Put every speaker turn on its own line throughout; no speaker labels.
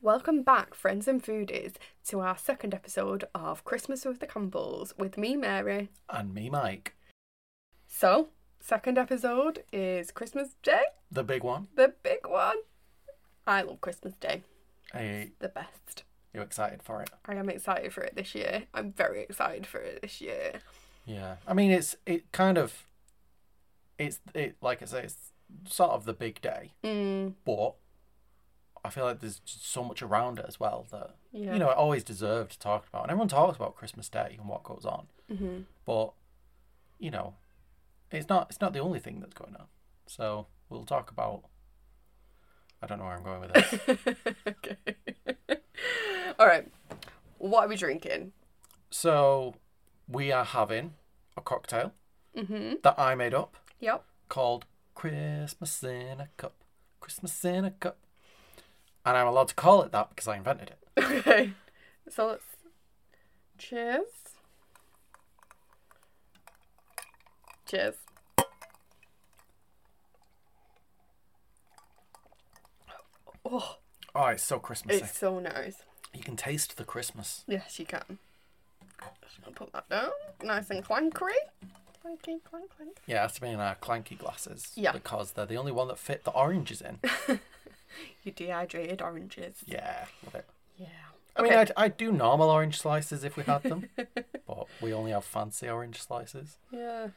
Welcome back, friends and foodies, to our second episode of Christmas with the Campbells with me, Mary.
And me, Mike.
So, second episode is Christmas Day,
The big one.
the big one. I love Christmas Day,
Hey,
the best.
you excited for it?
I am excited for it this year. I'm very excited for it this year.
Yeah. I mean, it's it kind of, it's it like I say, it's sort of the big day,
Mm,
but I feel like there's just so much around it as well that
yeah.
you know it always deserved to talk about, and everyone talks about Christmas Day and what goes on,
hmm
but you know, it's not it's not the only thing that's going on. So we'll talk about. I don't know where I'm going with this.
okay. All right. What are we drinking?
so we are having a cocktail
hmm
that I made up.
Yep.
called Christmas in a Cup. Christmas in a Cup. And I'm allowed to call it that because I invented it.
Okay. So let's. Cheers. Cheers. Oh,
Oh, it's so Christmassy.
it's so nice.
You can taste the Christmas.
Yes, you can. Just gonna put that down, nice and clankery. Clanky, clank, clank.
Yeah, it has to be in our clanky glasses.
Yeah.
Because they're the only one that fit the oranges in.
You dehydrated oranges.
yeah, love it.
Yeah.
I mean, I'd, I'd do normal orange slices if we had them, but we only have fancy orange slices.
yeah.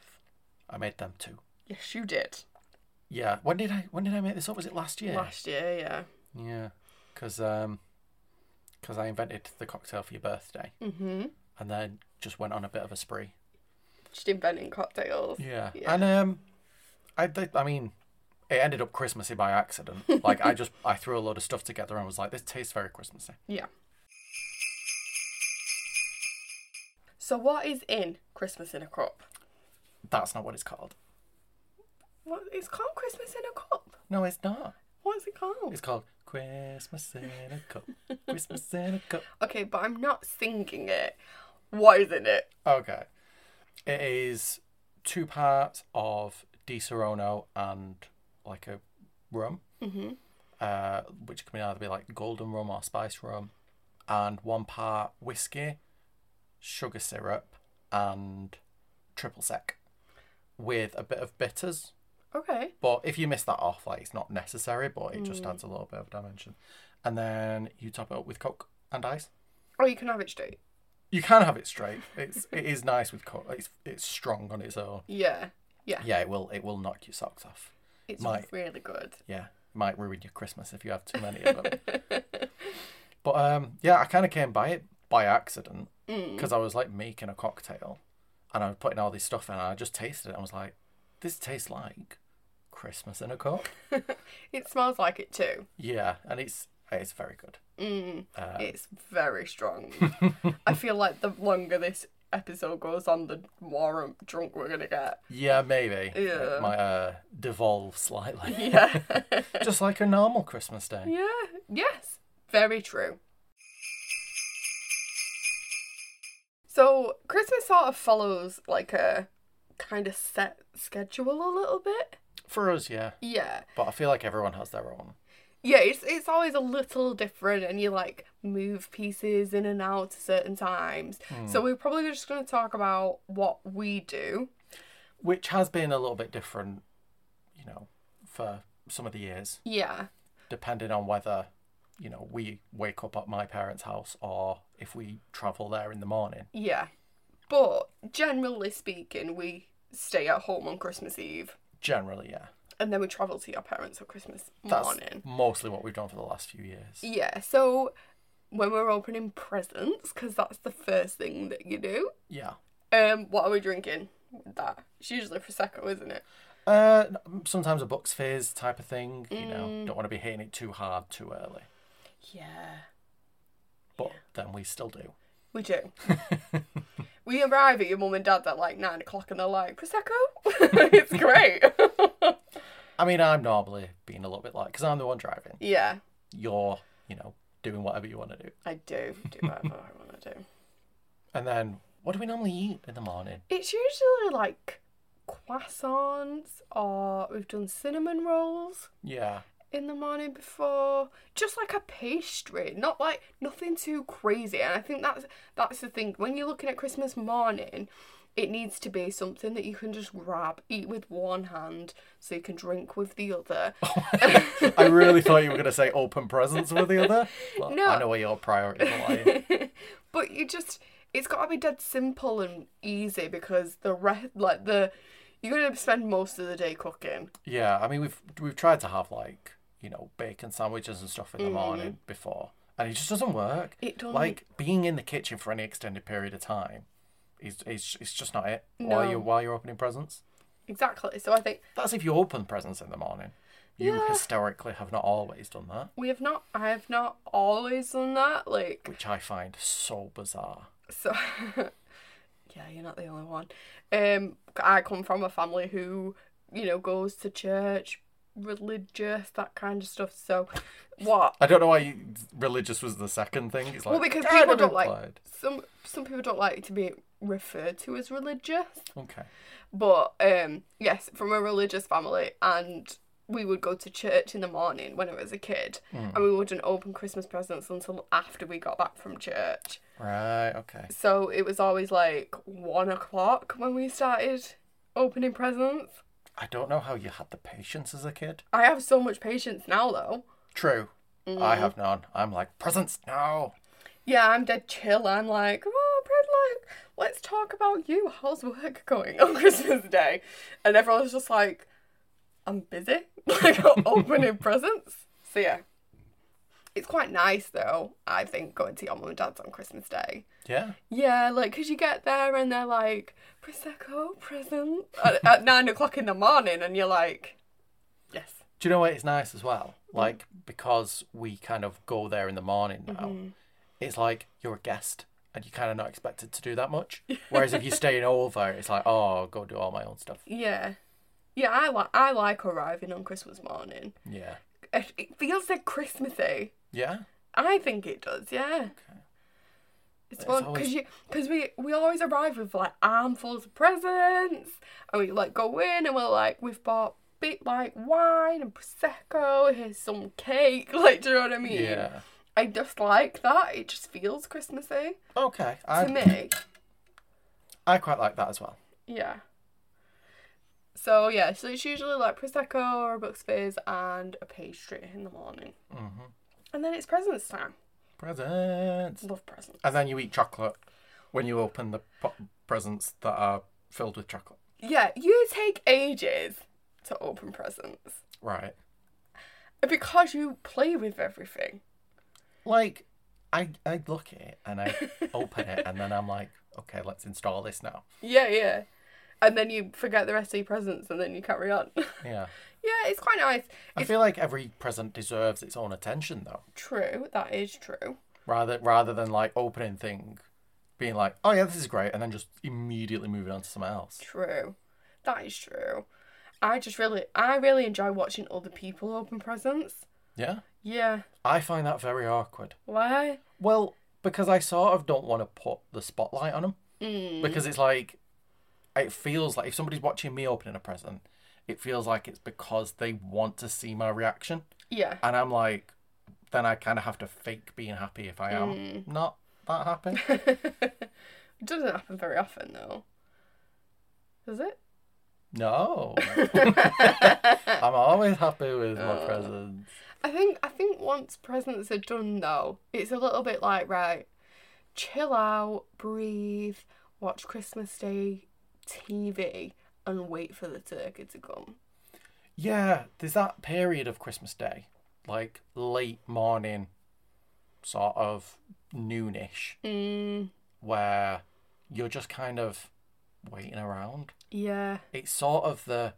I made them too.
Yes, you did
Yeah. When did I when did I make this up? Was it last year?
last year. Yeah.
Yeah. Because um, 'cause I invented the cocktail for your birthday.
Mhm.
and then just went on a bit of a spree.
Just inventing cocktails.
Yeah,
Yeah.
and um, I did- I mean, it ended up Christmassy by accident. like I just I threw a load of stuff together and was like, this tastes very Christmassy.
Yeah. So what is in Christmas in a cup?
That's not what it's called.
What it's called Christmas in a cup.
No, it's not.
What's it called?
It's called Christmas in a cup. Christmas in a cup.
Okay, but I'm not singing it. What is in it?
Okay, it is two parts of Di Serono and like a rum.
Mhm.
uh, which can either be like golden rum or spice rum, and one part whiskey, sugar syrup, and triple sec, with a bit of bitters.
Okay.
But if you miss that off, like it's not necessary, but it just adds a little bit of dimension. And then you top it up with Coke and ice.
Or Oh, you can have it straight.
You can have it straight. It's it is nice with Coke. It's it's strong on its own.
Yeah. Yeah.
Yeah, it will it will knock your socks off.
It's
My-
really good.
yeah, it might ruin your Christmas if you have too many of them. but um, yeah, I kind of came by it by accident
Mm.
because I was like making a cocktail and I was putting all this stuff in and I just tasted it and was like, this tastes like Christmas in a cup.
It smells like it too. Mm.
yeah, and it's it's very good. Uh,
It's very strong. I feel like the longer this episode goes on, the more um, drunk we're gonna get.
yeah, maybe
Yeah.
it might uh, devolve slightly,
Yeah.
just like a normal Christmas day.
yeah. Yes. Very true. So Christmas sort of follows like a kind of set schedule a little bit.
For us, yeah,
Yeah.
but I feel like everyone has their own.
Yeah, it's it's always a little different and you like move pieces in and out at certain times. So we're probably just gonna talk about what we do.
which has been a little bit different, you know, for some of the years,
Yeah.
depending on whether, you know, we wake up at my parents' house or if we travel there in the morning.
Yeah. But generally speaking, we stay at home on Christmas Eve
Generally, yeah.
and then we travel to your parents on Christmas
That's
morning.
mostly what we've done for the last few years.
Yeah, so when we're opening presents, because that's the first thing that you do,
Yeah.
um, what are we drinking with that? It's usually Prosecco, isn't it?
Uh, sometimes a Bucks Fizz type of thing, you
Mm.
know, don't want to be hitting it too hard too early,
Yeah.
but then we still do.
We do. we arrive at your mum and dad's at like nine o'clock and they're like, Prosecco? it's great.
I mean, I'm normally being a little bit like, because I'm the one driving.
yeah,
You're, you know, doing whatever you want to do.
I do do whatever I want to do.
And then, what do we normally eat in the morning?
It's usually like croissants or we've done cinnamon rolls.
Yeah.
in the morning before just like a pastry not like nothing too crazy and i think that's that's the thing when you're looking at christmas morning it needs to be something that you can just grab eat with one hand so you can drink with the other
I really thought you were going to say open presents with the other. Well,
No.
I know where your priorities lie.
but you just it's got to be dead simple and easy because the re- like the you're going to spend most of the day cooking
yeah, I mean we've we've tried to have like you know bacon sandwiches and stuff in the morning before, and it just doesn't work.
Mm-hmm. It don't.
Like being in the kitchen for any extended period of time, is is it's just not it. While
No.
you while you're opening presents,
exactly so i think
that's if you open presents in the morning. You
Yeah.
historically have not always done that,
we have not i have not always done that like
which I find so bizarre.
So, yeah, you're not the only one. Um, I come from a family who, you know, goes to church, religious, that kind of stuff. So, what?
I don't know why you- religious was the second thing. It's like
Well, because
"Ah,
people
never
don't like-
replied."
Some some people don't like to be referred to as religious,
Okay.
but um, yes, from a religious family, and we would go to church in the morning when I was a kid,
Hmm.
and we wouldn't open Christmas presents until after we got back from church.
Right. Okay.
So it was always like one o'clock when we started opening presents.
I don't know how you had the patience as a kid.
I have so much patience now, though.
True. I
Mm-hmm.
have none. I'm like, presents now.
Yeah, I'm dead chill. I'm like, oh, Brad, like, let's talk about you. How's work going on Christmas Day? And everyone's just like, I'm busy, like opening presents. So yeah, it's quite nice though. I think going to your mum and dad's on Christmas Day.
Yeah.
Yeah, like, cause you get there and they're like, prosecco present at, at nine o'clock in the morning, and you're like, yes.
Do you know what? It's nice as well. Like, because we kind of go there in the morning now,
Mm-hmm.
it's like you're a guest and you're kind of not expected to do that much. Whereas if you're staying over, it's like, oh, go do all my own stuff.
Yeah. Yeah, I like I like arriving on Christmas morning.
Yeah.
It, it feels like Christmassy.
Yeah.
I think it does. Yeah. It's
It's
fun because
always-
you because we we always arrive with like armfuls of presents and we like go in and we're like we've bought bit like wine and prosecco. Here's some cake. Like, do you know what I mean?
Yeah.
I just like that. It just feels Christmassy
Okay.
to
I,
me.
I quite like that as well.
Yeah. So yeah, so it's usually like prosecco or a Bucks Fizz and a pastry in the morning,
hmm
and then it's presents time.
Presents.
Love presents.
And then you eat chocolate when you open the po- presents that are filled with chocolate.
Yeah, you take ages to open presents
Right.
because you play with everything.
like I I look at it and I open it and then I'm like, okay, let's install this now.
Yeah, yeah. And then you forget the rest of your presents, and then you carry on. yeah,
Yeah.
it's quite nice.
I feel like every present deserves its own attention though.
True, that is true.
Rather rather than like opening thing being like, Oh yeah, this is great and then just immediately moving on to something else.
True, that is true. I just really, I really enjoy watching other people open presents.
Yeah?
Yeah,
I find that very awkward.
why?
Well, because I sort of don't want to put the spotlight on them.
Mm-hmm. Mm.
Because it's like it feels like if somebody's watching me opening a present, it feels like it's because they want to see my reaction.
Yeah.
and I'm like, then I kind of have to fake being happy if I am
Mm.
not that happy.
it doesn't happen very often, though. Does it?
no, I'm always happy with my presents.
I think I think once presents are done, though, it's a little bit like right, chill out, breathe, watch Christmas Day TV, and wait for the turkey to come.
Yeah, there's that period of Christmas Day, like late morning, sort of noonish,
Mm,
where you're just kind of waiting around.
yeah,
It's sort of the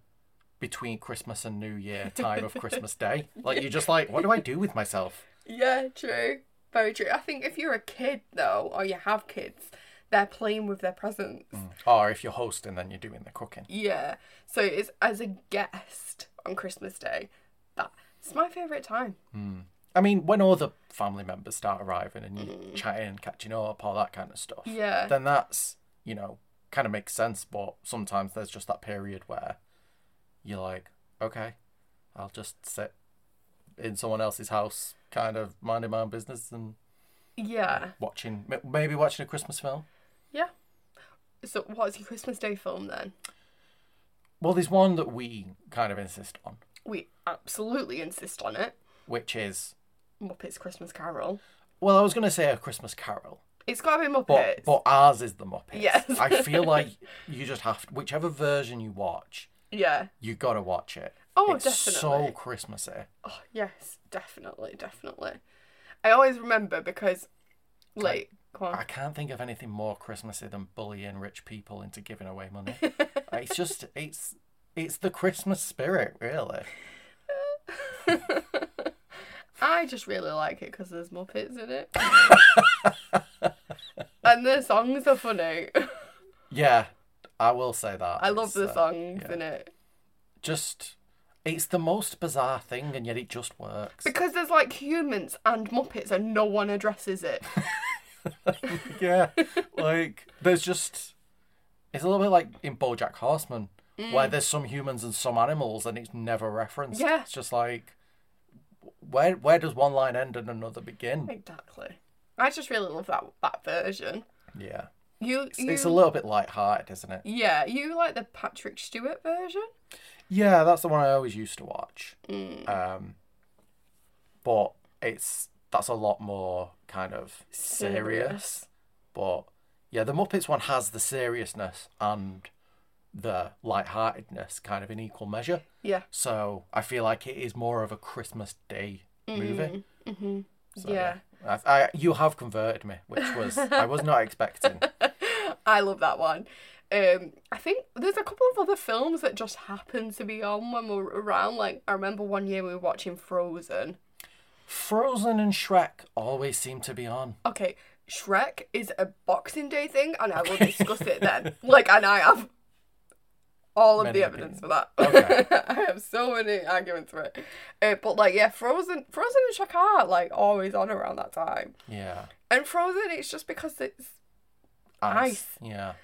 between Christmas and New Year time of Christmas Day. Like you're just like, what do I do with myself?
yeah, true, very true. I think if you're a kid though, or you have kids, they're playing with their presents.
Or if you're hosting, then you're doing the cooking.
Yeah. So it's as a guest on Christmas Day. That's my favourite time.
Mm. I mean, when all the family members start arriving and you chatting, catching up, all that kind of stuff,
Yeah.
then that's, you know, kind of makes sense. But sometimes there's just that period where you're like, okay, I'll just sit in someone else's house, kind of minding my own business and
Yeah.
watching, m- maybe watching a Christmas film.
So what's your Christmas Day film then?
Well, there's one that we kind of insist on,
We absolutely insist on it.
which is
Muppets Christmas Carol.
well, I was going to say a Christmas Carol,
It's gotta be
but
Muppets.
but ours is the Muppets.
Yes.
I feel like you just have to, whichever version you watch,
yeah.
you got to watch it.
Oh,
it's
definitely.
so Christmassy.
Oh, yes, definitely, definitely. I always remember because, like, come on.
I can't think of anything more Christmassy than bullying rich people into giving away money. it's just it's it's the Christmas spirit, really.
I just really like it because there's Muppets in it. and the songs are funny.
Yeah, I will say that.
I love
It's,
the
uh,
songs
yeah.
in it.
Just it's the most bizarre thing, and yet it just works.
Because there's like humans and Muppets and no one addresses it.
yeah, like there's just it's a little bit like in BoJack Horseman, where there's some humans and some animals, and it's never referenced.
Mm. Yeah.
it's just like where where does one line end and another begin?
exactly. I just really love that that version.
Yeah.
You,
It's,
you
it's a little bit light-hearted, isn't it?
yeah, you like the Patrick Stewart version?
Yeah, that's the one I always used to watch. Um, but it's that's a lot more kind of serious.
Serious.
But yeah, the Muppets one has the seriousness and the light-heartedness kind of in equal measure.
Yeah.
So I feel like it is more of a Christmas Day movie. Mm-hmm.
Yeah.
I, I, you have converted me, which was I was not expecting.
I love that one. Um, I think there's a couple of other films that just happen to be on when we're around. Like I remember one year we were watching Frozen.
Frozen and Shrek always seem to be on.
Okay, Shrek is a Boxing Day thing, and I will discuss it then. Like, and I have all of
Many
the evidence for that.
Okay.
I have so many arguments for it. Uh, but like, yeah, Frozen, Frozen and Shrek are like always on around that time.
Yeah.
And Frozen, it's just because it's. Ice.
Yeah.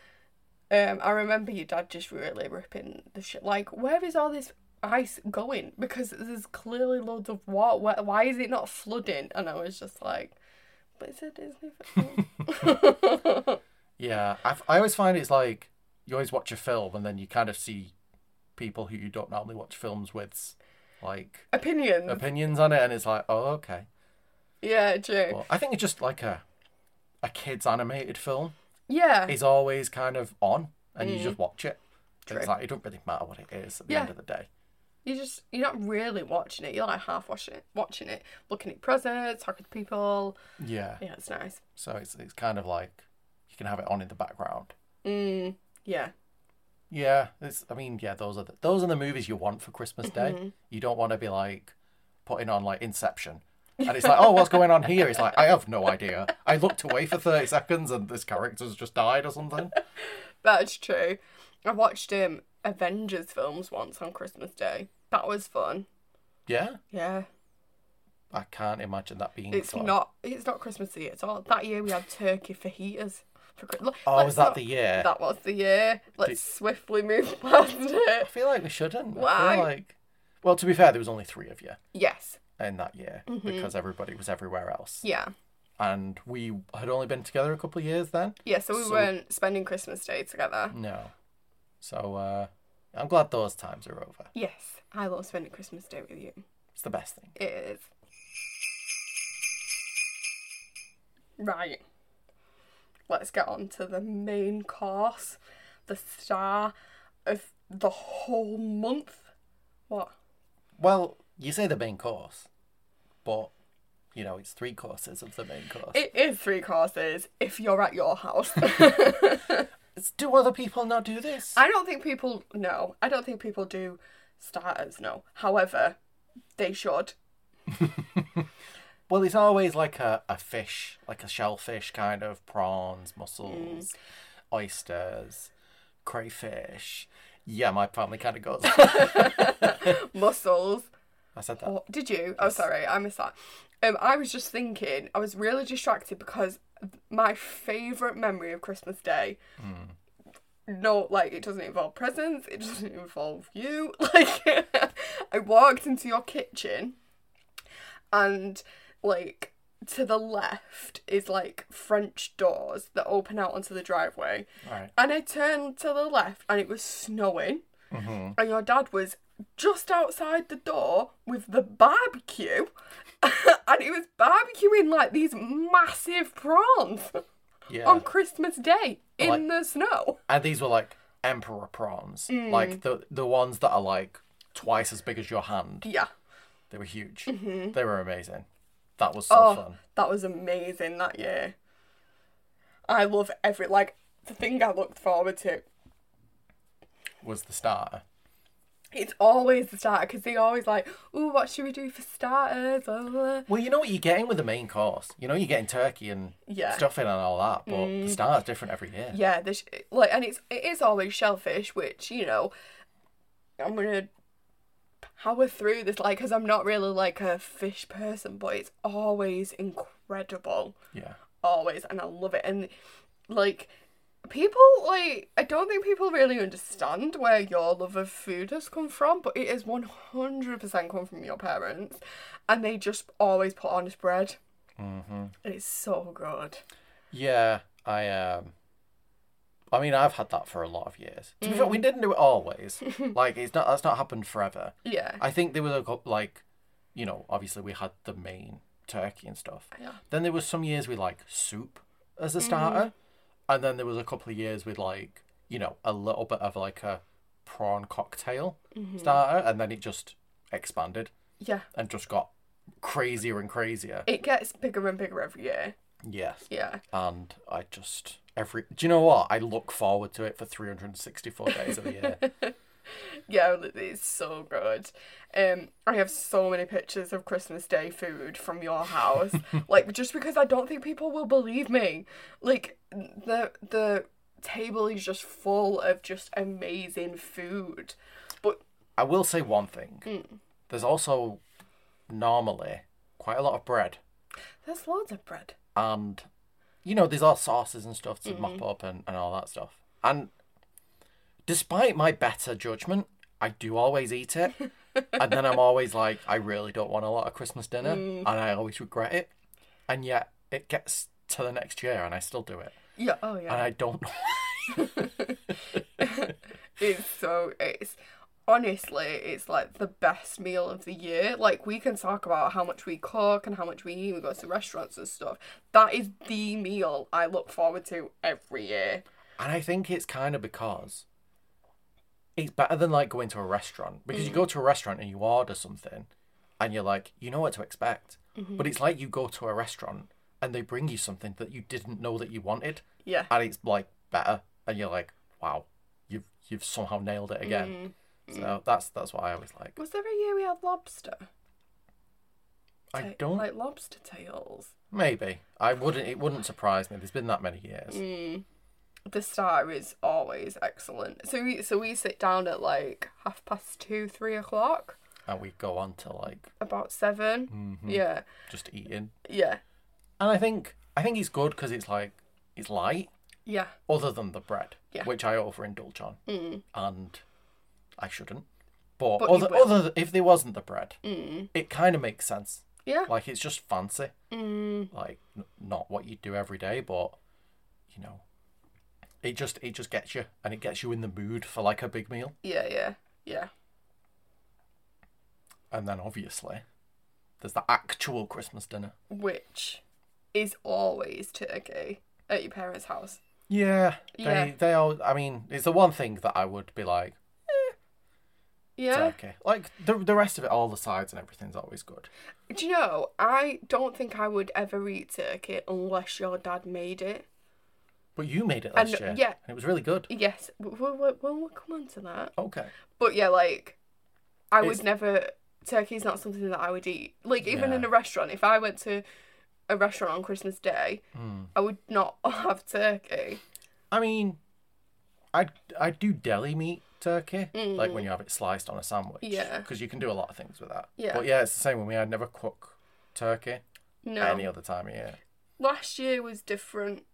Um, I remember your dad just really ripping the shit. Like, where is all this ice going? Because there's clearly loads of water. Why- Why is it not flooding? And I was just like, but it's a Disney film.
Yeah, I, I always find it's like you always watch a film and then you kind of see people who you don't normally watch films with, like
Opinions.
opinions on it, and it's like, oh, okay.
Yeah, true.
But I think it's just like a a kids animated film
yeah,
is always kind of on, and you just watch it.
Mm. True.
It's like it don't really matter what it is at the
Yeah.
end of the day.
you just you're not really watching it. You're like half watching it, watching it, looking at presents, talking to people.
Yeah.
Yeah, it's nice.
So it's it's kind of like you can have it on in the background.
Mm, yeah,
Yeah, it's. I mean, yeah, those are the, those are the movies you want for Christmas Day.
Mm-hmm.
You don't want to be like putting on like Inception, and it's like, oh, what's going on here? It's like I have no idea. I looked away for thirty seconds, and this character's just died or something.
that's true. I watched um Avengers films once on Christmas Day. That was fun.
Yeah,
Yeah,
I can't imagine that being.
it's
fun.
not it's not Christmassy at all. That year we had turkey fajitas for Christmas.
Oh, was that the year?
that was the year? Let's swiftly move past
I
it.
feel like we shouldn't. I
Why?
feel like, well, to be fair, there was only three of you
Yes.
in that year because everybody was everywhere else,
Mm-hmm. Yeah.
and we had only been together a couple of years then.
Yeah. So we
So-
weren't spending Christmas Day together.
No, so uh, I'm glad those times are over.
Yes, I love spending Christmas Day with you.
It's the best thing.
It is. Right. Let's get on to the main course, the star of the whole month. What?
Well, you say the main course, but you know it's three courses of the main course.
It is three courses if you're at your house.
It's- do other people not do this?
I don't think people no. I don't think people do starters, no. However, they should.
Well, it's always like a, a fish, like a shellfish kind of prawns, mussels,
Mm.
oysters, crayfish. Yeah, my family kind of goes.
Muscles,
I said that.
Oh, did you? Oh, sorry, I missed that. Um, I was just thinking. I was really distracted because my favorite memory of Christmas Day. No, like it doesn't involve presents. It doesn't involve you. Like, I walked into your kitchen, and like to the left is like French doors that open out onto the driveway.
All right.
And I turned to the left and it was snowing.
Mm-hmm.
And your dad was just outside the door with the barbecue. and he was barbecuing like these massive prawns
Yeah.
on Christmas Day in
Like-
the snow.
And these were like emperor prawns,
Mm.
like the the ones that are like twice as big as your hand.
Yeah.
They were huge. They were amazing. That was so
Mm-hmm. Oh,
fun.
that was amazing that year. I love every like the thing I looked forward to.
Was the starter.
It's always the starter because they always like, "Ooh, what should we do for starters?" Blah, blah, blah."
Well, you know what you're getting with the main course. You know you're getting turkey and
Yeah. Mm.
stuffing and all that, but the starter's different every year.
Yeah, this like, and it's it is always shellfish, which you know, I'm gonna power through this like because I'm not really like a fish person, but it's always incredible,
Yeah.
always, and I love it. And like, people like I don't think people really understand where your love of food has come from, but it has 100% come from your parents, and they just always put on a spread. Mm-hmm. It's so good.
Yeah, I um I mean I've had that for a lot of years. To be fair, we
Mm.
didn't do it always. like it's not that's not happened forever.
Yeah.
I think there was a cou- like you know, obviously we had the main turkey and stuff.
Yeah.
Then there was some years with like soup as a starter.
Mm-hmm.
And then there was a couple of years with like, you know, a little bit of like a prawn cocktail
Mm-hmm.
starter and then it just expanded
yeah.
and just got crazier and crazier.
It gets bigger and bigger every year.
Yes.
Yeah.
and I just every do you know what I look forward to it for 364 days of the year.
Yeah, it's so good. Um, I have so many pictures of Christmas Day food from your house. like, just because I don't think people will believe me. Like, the the table is just full of just amazing food. But
I will say one thing. There's also normally quite a lot of bread,
there's loads of bread.
and you know there's all sauces and stuff to mop up and, and all that stuff. And despite my better judgment, I do always eat it, and then I'm always like, I really don't want a lot of Christmas dinner, and I always regret it. And yet it gets to the next year, and I still do it,
Yeah. Oh
and
yeah.
I don't know.
It's so it's honestly it's like the best meal of the year. Like we can talk about how much we cook and how much we eat. We go to restaurants and stuff. That is the meal I look forward to every year.
And I think it's kind of because it's better than like going to a restaurant because you go to a restaurant and you order something and you're like, you know what to expect. But
Mm.
it's like you go to a restaurant and they bring you something that you didn't know that you wanted
Yeah.
and it's like better and you're like, wow, you've you've somehow nailed it again. So that's that's what I always like.
Mm. Was there a year we had lobster?
I
Ta-
don't
like lobster tails.
maybe. I wouldn't it wouldn't surprise me. There's been that many years.
Mm. The star is always excellent. So we so we sit down at like half past two, three o'clock,
And we go on to like mm-hmm,
about 7 Yeah,
just eating.
yeah,
And I think I think it's good because it's like it's light.
yeah.
other than the bread,
Yeah. Mm.
which I overindulge on, and I shouldn't. But,
But you
other,
will. Mm.
other th- if there wasn't the bread, it kind of makes sense.
Yeah.
Like it's just fancy,
Mm-hmm.
like n- not what you do every day, but you know, it just it just gets you, and it gets you in the mood for like a big meal.
Yeah, yeah, yeah.
And then obviously, there's the actual Christmas dinner.
which is always turkey at your parents' house.
Yeah, they
Yeah.
they all. I mean, it's the one thing that I would be like
Yeah.
turkey. Like the the rest of it, all the sides and everything's always good.
Do you know, I don't think I would ever eat turkey unless your dad made it.
But you made it last
And-
year.
yeah.
And it was really good.
Yes, we'll, we'll, we'll come on to that.
Okay.
But yeah, like, I would
It's-
never. Turkey's not something that I would eat. Like, even
Yeah.
in a restaurant, if I went to a restaurant on Christmas Day,
Hmm.
I would not have turkey.
I mean, I I do deli meat turkey, like when you have it sliced on a sandwich.
Yeah.
Because you can do a lot of things with that.
Yeah.
But yeah, it's the same with me. I'd never cook turkey
No.
any other time of year.
last year was different.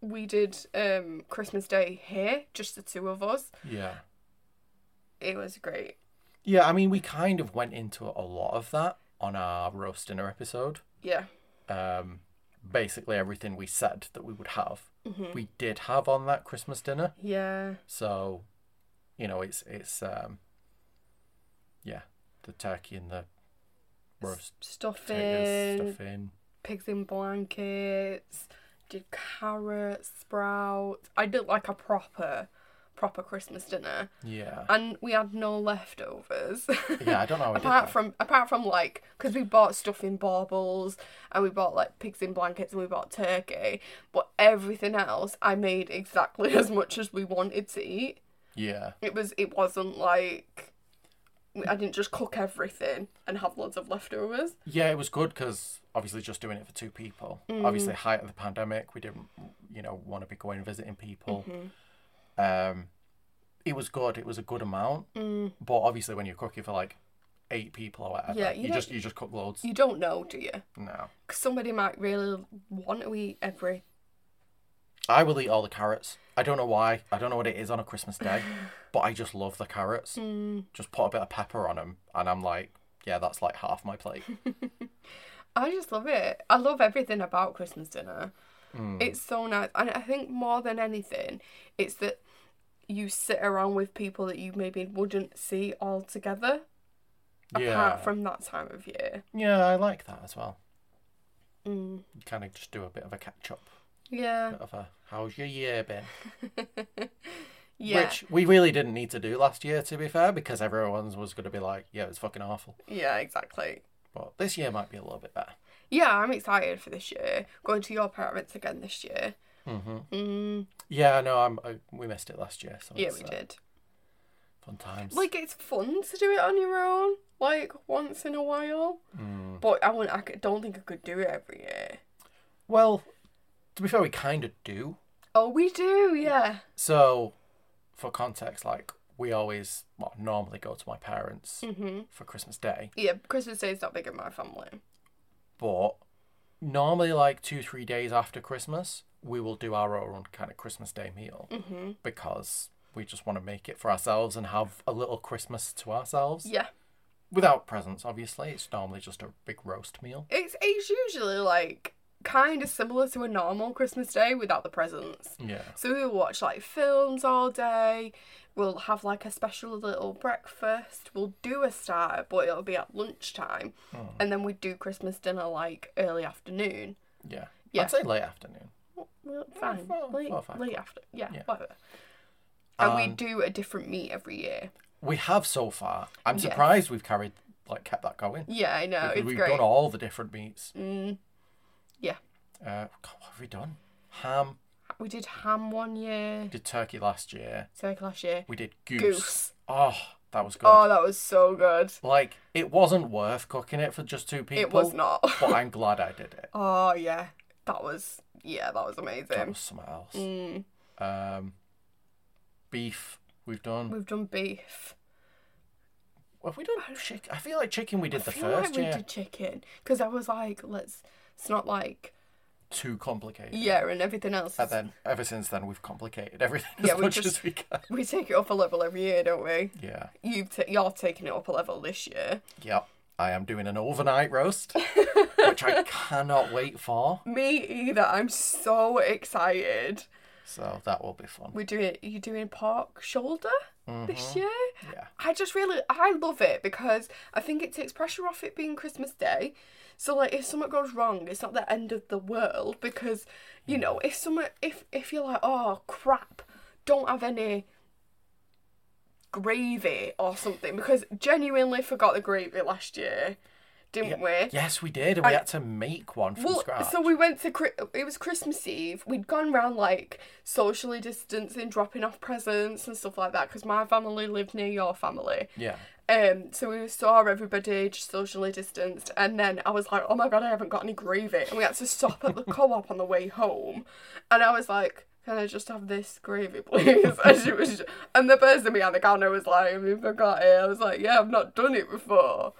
We did um, Christmas Day here, just the two of us.
Yeah.
It was great.
Yeah, I mean, we kind of went into a lot of that on our roast dinner episode.
Yeah.
Um, basically, everything we said that we would have, we did have on that Christmas dinner.
Mm-hmm. Yeah.
So, you know, it's it's um, yeah, the turkey and the roast potatoes,
Stuffing,
stuffing.
pigs in blankets, did carrots, sprouts. I did like a proper, proper Christmas dinner.
Yeah,
And we had no leftovers.
yeah. I don't know how I did
apart
that.
from apart from like because we bought stuff in baubles and we bought like pigs in blankets and we bought turkey but everything else i made exactly as much as we wanted to eat
Yeah,
it was it wasn't like i didn't just cook everything and have loads of leftovers
yeah. It was good because obviously just doing it for two people.
Mm.
Obviously, height of the pandemic, we didn't, you know, want to be going and visiting people.
Mm-hmm.
Um, it was good. It was a good amount,
Mm,
but obviously when you're cooking for like eight people or whatever,
Yeah, you
you,
don't-
just you just cook loads.
you don't know do you
No,
'Cause somebody might really want to eat every
I will eat all the carrots. I don't know why. I don't know what it is on a Christmas day, but I just love the carrots.
mm,
Just put a bit of pepper on them, and I'm like, yeah, that's like half my plate.
I just love it. I love everything about Christmas dinner.
Mm.
It's so nice. And I think more than anything, it's that you sit around with people that you maybe wouldn't see all together
yeah,
apart from that time of year. Mm.
yeah, I like that as well. Kind of just do a bit of a catch up,
Yeah.
bit of a how's your year been?
Yeah.
Which we really didn't need to do last year, to be fair, because everyone's was going to be like, yeah, it's fucking awful.
Yeah, exactly.
But this year might be a little bit better.
Yeah, I'm excited for this year. Going to your parents again this year. Mm-hmm. Mm,
Yeah, no, I'm. I, we missed it last year, so
yeah,
it's,
we
uh,
did.
fun times.
Like, it's fun to do it on your own, like, once in a while.
Mm. Hmm.
But I, wouldn't, I c- don't think I could do it every year.
well, to be fair, we kind of do.
Oh, we do, yeah.
So, for context, like we always well, normally go to my
Hmm.
parents
Mm-hmm.
for Christmas Day,
Yeah, Christmas Day is not big in my family.
but normally like two three days after Christmas, we will do our own kind of Christmas Day meal because we just want to make it for ourselves and have a little Christmas to ourselves
Yeah,
without presents. Obviously, it's normally just a big roast meal.
it's it's usually like kind of similar to a normal Christmas Day without the presents.
Yeah,
So we'll watch like films all day. We'll have like a special little breakfast. We'll do a starter, but it'll be at lunchtime,
Oh.
and then we do Christmas dinner like early afternoon.
yeah.
Yeah.
I'd say late afternoon.
Well, fine,
four-
late,
four or five
late after, yeah,
Yeah. Um,
whatever. And we do a different meat every year.
We have so far. I'm
Yes.
surprised we've carried like kept that going.
Yeah, I know it's
we've
great. Mm,
done all the different meats.
yeah,
Uh, God, what have we done? Ham.
we did ham one year,
Did turkey last year.
turkey last year.
We did goose.
Goose.
Oh, that was good.
Oh, that was so good.
Like it wasn't worth cooking it for just two people.
It was not.
but I'm glad I did it.
oh yeah, that was yeah, that was
That
amazing. Mm.
was something else. Um, beef. We've done.
We've done beef.
Have we done chicken? I feel like chicken. We did the
I feel like
first
we
year.
did chicken because I was like, let's. It's not like
Too complicated.
yeah, and everything else.
And
Is,
then ever since then we've complicated everything
Yeah,
as
we
much
just-
as we can.
we take it up a level every year, don't we?
Yeah.
You've ta you're taking it up a level this year.
Yep. I am doing an overnight roast, which I cannot wait for.
Me either. I'm so excited.
So that will be fun.
We're doing. You're doing pork shoulder
Mm-hmm.
this year.
Yeah.
I just really I love it because I think it takes pressure off it being Christmas Day. So like if something goes wrong, it's not the end of the world because you know, if someone if if you're like, oh crap, don't have any gravy or something because genuinely forgot the gravy last year, didn't we?
Yes, we did. and We had to make one from
Well,
scratch.
so we went to Chri- it was Christmas Eve. We'd gone round like socially distancing, dropping off presents and stuff like that because my family lived near your family.
yeah.
Um, so we saw everybody just socially distanced, and then I was like, "Oh my god, I haven't got any gravy," and we had to stop at the co-op on the way home, and I was like, "Can I just have this gravy, please?" And she was, and the person behind the counter was like, "Have you forgot it?" I was like, "Yeah, I've not done it before."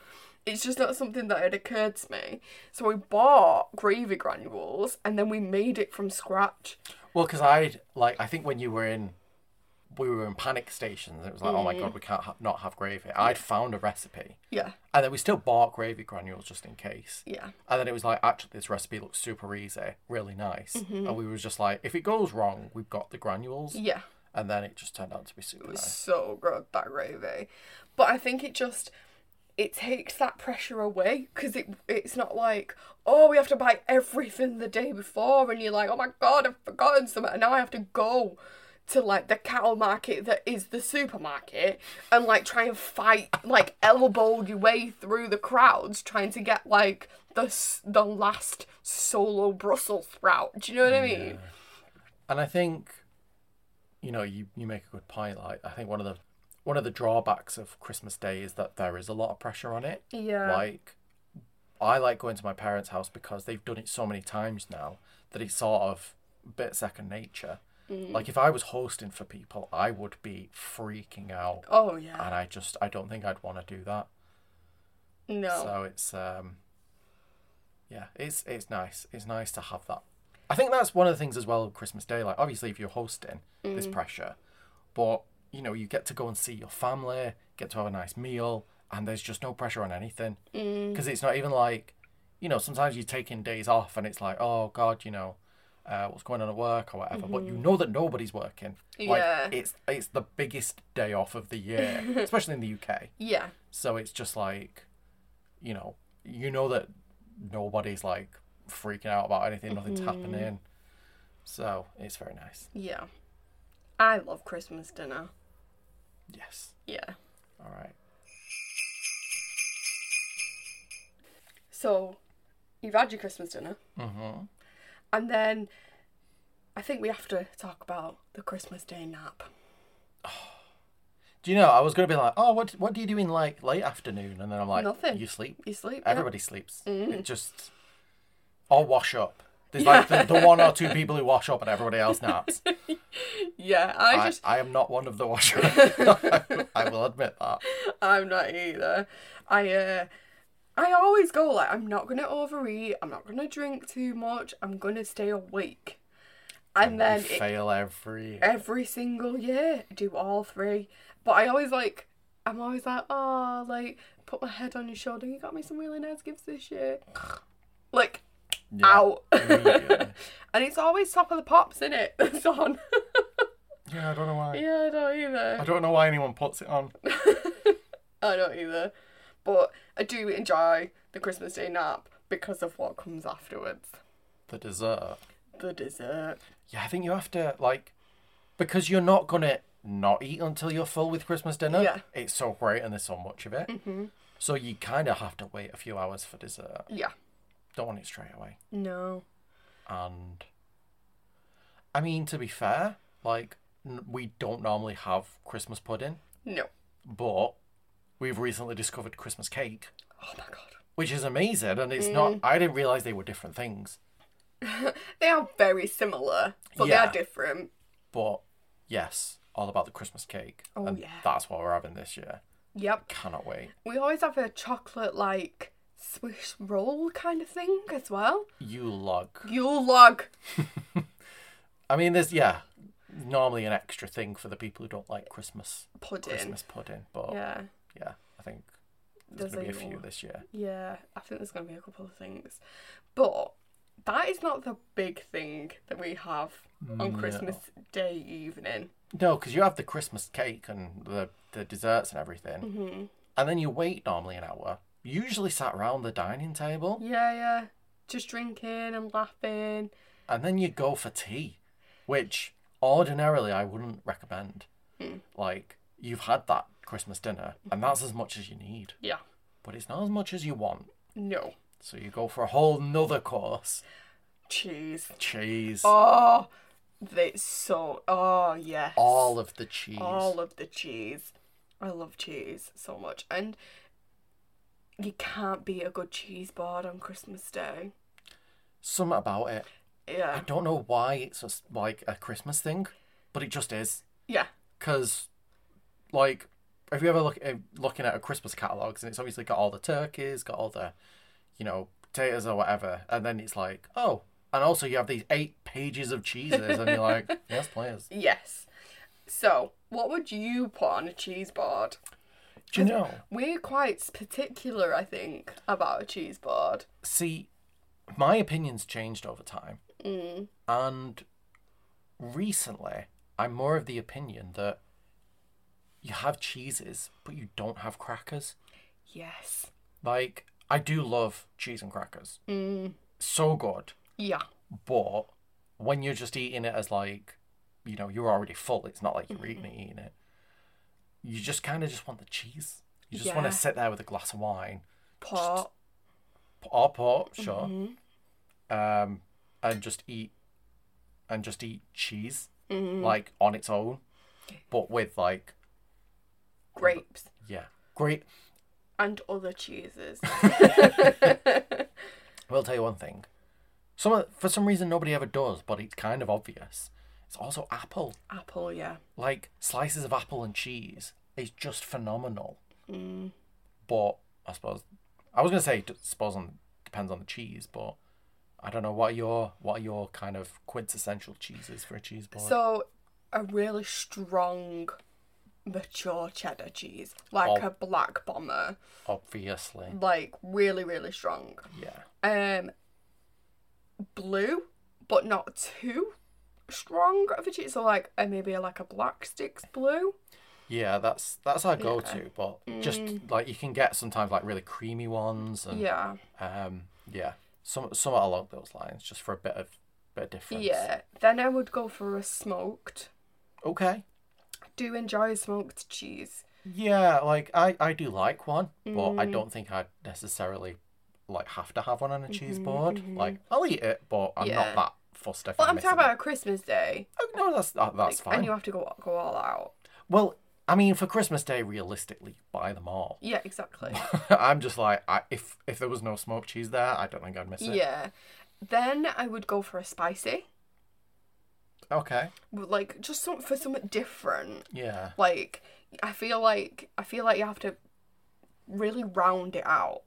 It's just not something that had occurred to me. So we bought gravy granules, and then we made it from scratch.
Well, because I like I think when you were in we were in panic stations. It was like, oh
Mm.
my god, we can't ha- not have gravy. I'd found a recipe,
Yeah.
and then we still bought gravy granules just in case.
Yeah.
And then it was like, actually, this recipe looks super easy, really nice. And we was just like, if it goes wrong, we've got the granules.
Yeah.
And then it just turned out to be super nice.
So good, that gravy. But I think it just it takes that pressure away because it it's not like oh we have to buy everything the day before and you're like oh my god I've forgotten something and now I have to go to like the cattle market that is the supermarket and like try and fight like elbow your way through the crowds trying to get like the s- the last solo Brussels sprout. Do you know what I mean?
And I think, you know, you, you make a good point. Like, I think one of the one of the drawbacks of Christmas Day is that there is a lot of pressure on it.
Yeah.
Like, I like going to my parents' house because they've done it so many times now that it's sort of a bit second nature. Like, if I was hosting for people, I would be freaking out.
Oh yeah.
And I just, I don't think I'd want to do that.
No.
So it's um yeah, it's it's nice. It's nice to have that. I think that's one of the things as well of Christmas Day. Like obviously if you're hosting, there's pressure. But, you know, you get to go and see your family, get to have a nice meal, and there's just no pressure on anything. Because it's not even like you know, sometimes you're taking days off and it's like, oh God, you know, uh, what's going on at work or whatever. But you know that nobody's working.
Yeah.
Like it's it's the biggest day off of the year, especially in the UK.
yeah.
So it's just like, you know, you know that nobody's like freaking out about anything, nothing's
Mm-hmm.
happening. So it's very nice.
Yeah. I love Christmas dinner.
Yes.
Yeah.
All right.
So you've had your Christmas dinner. Mm-hmm.
Mhm.
And then I think we have to talk about the Christmas Day nap.
Do you know? I was gonna be like, oh, what what do you do in like late afternoon? And then I'm like,
Nothing. Mm.
You sleep.
You sleep? yeah?
Everybody sleeps. It just or wash up. There's like the, the one or two people who wash up and everybody else naps.
Yeah, I,
I,
just
I am not one of the wash up. I will admit that.
I'm not either. I uh I always go like I'm not gonna overeat, I'm not gonna drink too much, I'm gonna stay awake. And
I
then it
fail every
every single year do all three but i always like i'm always like oh like put my head on your shoulder you got me some really nice gifts this year like
Yeah.
out
Immediately.
and it's always top of the pops in it that's on
Yeah, I don't know why.
yeah i don't either
I don't know why anyone puts it on.
i don't either but i do enjoy the christmas day nap because of what comes afterwards
The dessert.
the dessert
Yeah, I think you have to like because you're not gonna not eat until you're full with Christmas dinner.
Yeah.
It's so great and there's so much of it. Mm-hmm. So you kind of have to wait a few hours for dessert.
yeah
Don't want it straight away.
no
And I mean, to be fair, like n- we don't normally have Christmas pudding,
no
but we've recently discovered Christmas cake,
oh my god
which is amazing. And it's
Mm.
not. I didn't realize they were different things.
they are very similar but they
Yeah.
are different
But yes, all about the Christmas cake.
Oh,
and
yeah.
That's what we're having this year.
yep
Cannot wait.
We always have a chocolate like Swiss roll kind of thing as well.
You log.
Yule log.
I mean, there's yeah, normally an extra thing for the people who don't like Christmas
Pudding.
Christmas pudding, but yeah,
Yeah.
I think there's,
There's
gonna be a
a
few
lot.
this year.
Yeah. I think there's going to be a couple of things. But that is not the big thing that we have on
No.
Christmas Day evening.
No, because you have the Christmas cake and the the desserts and everything,
Mm-hmm.
and then you wait normally an hour. Usually sat around the dining table,
Yeah, yeah. Just drinking and laughing.
and then you go for tea, which ordinarily I wouldn't recommend.
Hmm.
Like you've had that Christmas dinner, and that's as much as you need,
Yeah.
but it's not as much as you want.
No.
So you go for a whole nother course.
Cheese.
Cheese.
Oh, that's so. Oh, yes.
all of the cheese.
all of the cheese. I love cheese so much. And you can't be a good cheese board on Christmas Day.
Something about it. I
Yeah.
don't know why it's just like a Christmas thing, but it just is.
Yeah.
Cause, like, if you ever look eh, looking at a Christmas catalogs and it's obviously got all the turkeys, got all the, you know, potatoes or whatever, and then it's like, oh, and also you have these eight pages of cheeses, and you're like, yes, players.
Yes. So, what would you put on a cheese board?
Do you know?
We're quite particular, I think, about a cheese board.
See, my opinions changed over time,
Mm.
and recently I'm more of the opinion that you have cheeses, but you don't have crackers.
Yes.
Like I do love cheese and crackers,
Mm.
so good.
Yeah.
But when you're just eating it as like, you know, you're already full. It's not like you're eating it, eating it. You just kind of just want the cheese. You just want
Yeah.
to sit there with a glass of wine
Pot.
or port, sure, um, and just eat and just eat cheese like on its own, but with like
grapes.
yeah, great.
And other cheeses.
I will tell you one thing. Some for some reason nobody ever does, but it's kind of obvious. It's also apple.
Apple, yeah.
like slices of apple and cheese is just phenomenal.
Mm.
But I suppose I was gonna say d- suppose on depends on the cheese, but I don't know what are your what are your kind of quintessential cheeses for a cheese board.
So, a really strong, mature cheddar cheese, like
Oh.
a black bomber,
Obviously,
like really, really strong.
yeah.
Um, blue, but not too strong of a cheese. So, like uh, maybe like a black sticks blue.
Yeah, that's that's our go-to, but just
Mm.
like you can get sometimes like really creamy ones, and
Yeah,
um, yeah, some some along those lines, just for a bit of bit of difference.
yeah. Then I would go for a smoked.
Okay.
Do enjoy smoked cheese.
Yeah, like I, I do like one, but
Mm.
I don't think I'd necessarily like have to have one on a cheese board. Like I'll eat it, but I'm
Mm-hmm, Yeah.
not that fussed if
But
I'm
I'm talking
missing.
about a Christmas day,
Oh, no, that's that, that's
and
fine.
you have to go go all out.
Well, I mean, for Christmas Day, realistically, you buy them all.
Yeah, exactly.
I'm just like, I, if if there was no smoked cheese there, I don't think I'd miss it.
yeah. Then I would go for a spicy,
Okay.
but, like just some for something different.
Yeah.
Like I feel like I feel like you have to really round it out.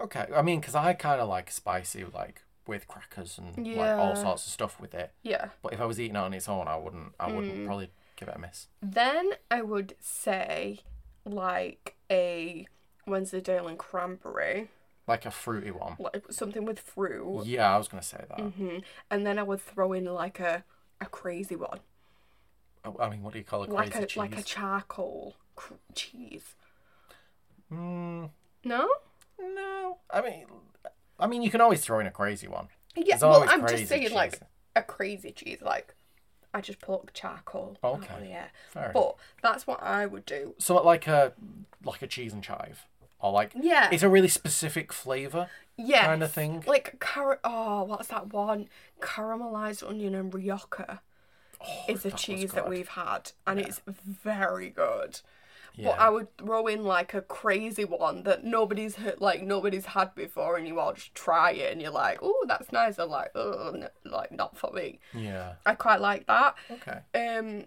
Okay. I mean, because I kind of like spicy, like with crackers and like all
Yeah.
sorts of stuff with it.
Yeah.
But if I was eating it on its own, I wouldn't. I
Mm.
wouldn't probably give it a miss.
Then I would say like a Wednesday and cranberry,
Like a fruity one.
like something with fruit, Mm-hmm.
Yeah, I was gonna say
Mm.
that.
and then I would throw in like a a crazy one,
I- I mean, what do you call a
like
crazy
a
cheese?
like a charcoal cr- cheese.
Mm,
No.
no, I mean, I mean, you can always throw in a crazy one.
Yeah,
There's
well,
always
I'm
crazy
just saying like
cheese.
a crazy cheese. Like, I just pluck charcoal.
Okay.
Oh, yeah.
Fair enough.
But that's what I would do.
So like a like a cheese and chive, or like
Yeah.
it's a really specific flavor
Yeah.
kind of thing.
Like car. Oh, what's that one? Caramelized onion and rioja is a cheese that
Oh, good.
we've had, and it's very good.
Yeah.
But I would throw in like a crazy one that nobody's heard, like nobody's had before, and you all just try it, and you're like, oh, that's nice. I'm like, oh, no, like not for me.
yeah.
I quite like that.
Okay.
Um,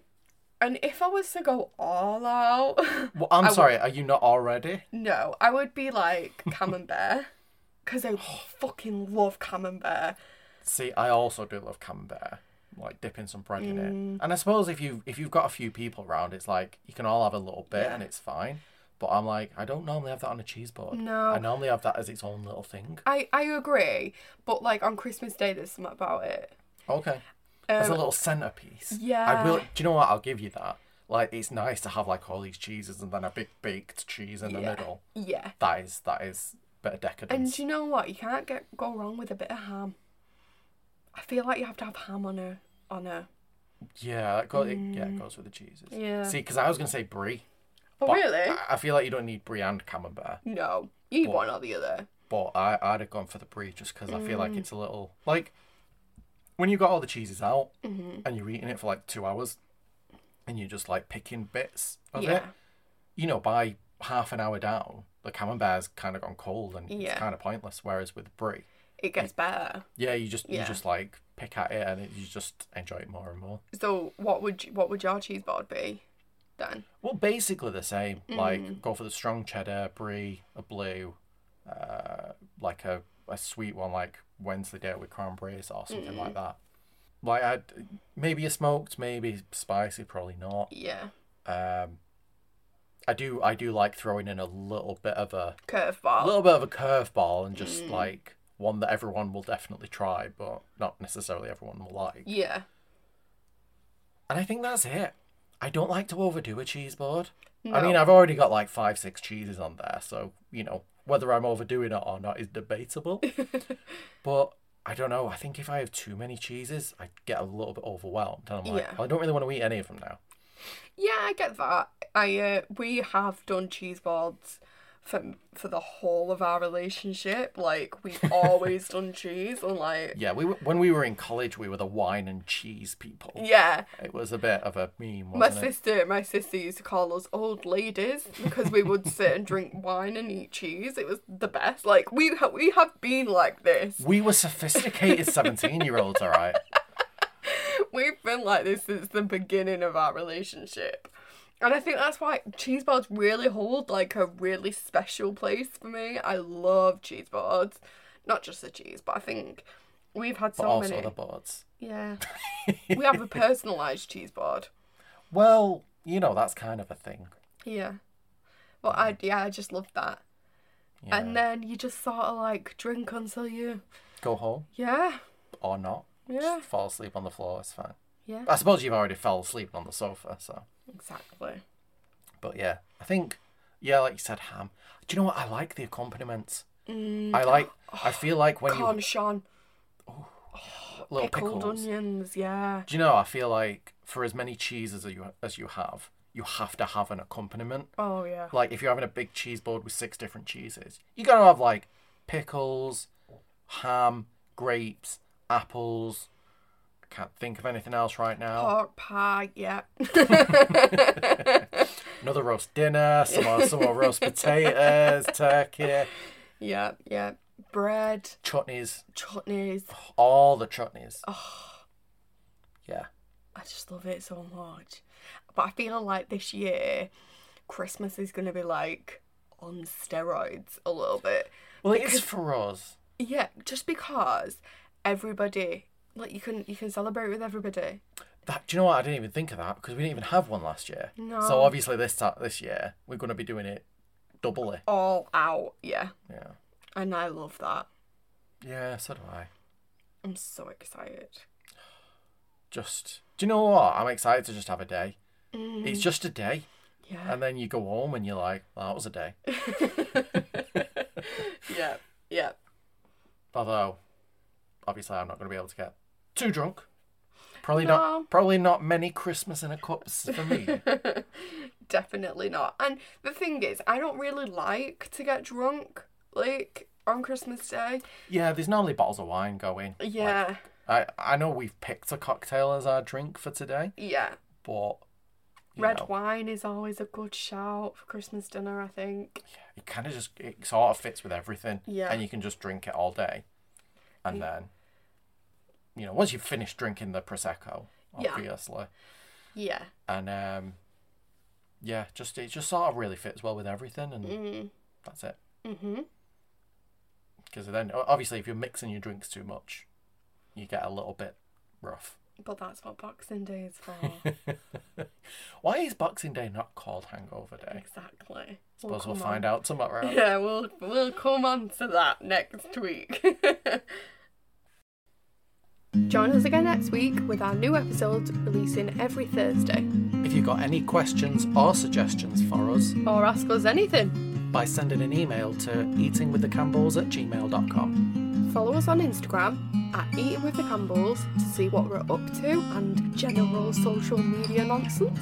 and if I was to go all out,
Well, I'm sorry. Are you not already?
no, I would be like camembert because I fucking love camembert.
See, I also do love camembert, like dipping some bread in
Mm.
it. And I suppose if you if you've got a few people around, it's like you can all have a little bit
Yeah.
and it's fine. But I'm like, I don't normally have that on a cheese board.
No.
I normally have that as its own little thing.
I I agree, but like on Christmas Day, there's something about it.
Okay. As a little centerpiece. I
Um, yeah.
will. Do you know what? I'll give you that. Like, it's nice to have like all these cheeses and then a big baked cheese in the
Yeah.
middle.
Yeah.
That is that is a bit of
And
decadence.
do you know what? You can't get go wrong with a bit of ham. I feel like you have to have ham on a on a.
yeah, that goes. It, yeah, it goes with the cheeses.
Mm. Yeah.
See, because I was gonna say brie.
Oh
but
really?
I, I feel like you don't need brie and camembert,
no, you need one or the other.
but I I'd have gone for the brie just because I feel
Mm.
like it's a little like when you got all the cheeses out
Mm-hmm.
and you're eating it for like two hours and you're just like picking bits of
Yeah.
it. you know, by half an hour down, the camembert's kind of gone cold and
Yeah.
it's kind of pointless. Whereas with brie,
It gets better.
yeah, you just
Yeah.
you just like pick at it and it, you just enjoy it more and more.
So what would you, what would your cheese board be, then?
Well, basically the same. Like
Mm.
go for the strong cheddar, brie, a blue, uh, like a, a sweet one like Wednesday with cranberries or something like that. Like I, maybe you smoked, maybe spicy, probably not.
Yeah.
Um, I do, I do like throwing in a little bit of a, a
Curveball.
little bit of a curveball and
Mm.
just like one that everyone will definitely try, but not necessarily everyone will like.
Yeah.
And I think that's it. I don't like to overdo a cheese board. I
No.
mean, I've already got like five, six cheeses on there, so you know whether I'm overdoing it or not is debatable. but I don't know. I think if I have too many cheeses, I get a little bit overwhelmed, and I'm like,
Yeah.
"Oh, I don't really want to eat any of them now.
Yeah, I get that. I uh, we have done cheese boards for for the whole of our relationship. Like we've always done cheese, and like
Yeah, we were, when we were in college, we were the wine and cheese people.
yeah.
It was a bit of a meme,
My
wasn't it?
sister, my sister used to call us old ladies because we would sit and drink wine and eat cheese. It was the best. Like we ha- we have been like this.
We were sophisticated seventeen-year-olds, all right.
We've been like this since the beginning of our relationship. And I think that's why cheese boards really hold like a really special place for me. I love cheese boards. Not just the cheese, but I think we've had so
But also
many.
the boards.
Yeah. we have a personalized cheese board.
Well, you know that's kind of a thing.
Yeah. But I yeah, I just love that.
Yeah.
And then you just sort of like drink until you
Go home
Yeah.
or not.
Yeah.
Just fall asleep on the floor. It's fine.
Yeah.
I suppose you've already fell asleep on the sofa, so.
Exactly.
But yeah, I think, yeah, like you said, ham. Do you know what? I like the accompaniments.
Mm,
I like,
oh,
I feel like when
Corn Sean.
you, little
Pickled
pickles.
onions, yeah.
Do you know, I feel like for as many cheeses as you, as you have, you have to have an accompaniment.
Oh yeah.
Like if you're having a big cheese board with six different cheeses, you gotta have like pickles, ham, grapes, apples. I can't think of anything else right now.
Pork pie, yeah.
Another roast dinner, some more, some more roast potatoes, turkey,
Yeah, yeah. Bread,
chutneys,
chutneys.
all the chutneys. Yeah.
I just love it so much. But I feel like this year, Christmas is going to be like on steroids a little bit.
Well, it is for us.
Yeah, just because everybody, like you can you can celebrate with everybody.
That, do you know what? I didn't even think of that because we didn't even have one last year.
No.
So obviously this ta- this year we're going to be doing it doubly.
All out, yeah.
Yeah.
And I love that.
Yeah. So do I.
I'm so excited.
Just. Do you know what? I'm excited to just have a day. It's just um, a day,
Mm, Yeah.
and then you go home and you're like, well, "That was a day."
Yeah. Yeah.
Although, obviously, I'm not going to be able to get too drunk. Probably
No.
not. Probably not many Christmas in a cups for me.
Definitely not. And the thing is, I don't really like to get drunk like on Christmas Day.
yeah, there's normally bottles of wine going. Like,
Yeah.
I I know we've picked a cocktail as our drink for today,
yeah.
but you
Red
know,
wine is always a good shout for Christmas dinner, I think.
it kind of just it sort of fits with everything.
Yeah.
and you can just drink it all day, and then you know once you've finished drinking the prosecco,
Yeah.
obviously,
Yeah.
and um, yeah, just it just sort of really fits well with everything,
Mm.
and that's it.
Mhm.
Because then o- obviously, if you're mixing your drinks too much, you get a little bit rough.
But that's what Boxing Day is for.
Why is Boxing Day not called Hangover Day?
exactly.
Suppose we'll
Oh, come
find
on.
out tomorrow.
Yeah, we'll we'll come on to that next week. Join us again next week with our new episodes releasing every Thursday.
If you've got any questions or suggestions for us,
Or ask us anything.
by sending an email to eatingwiththecampbells at gmail.com.
Follow us on Instagram at Eating with the Campbells to see what we're up to and general social media nonsense.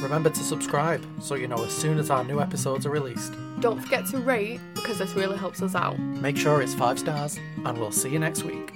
Remember to subscribe so you know as soon as our new episodes are released.
Don't forget to rate because this really helps us out.
Make sure it's five stars, and we'll see you next week.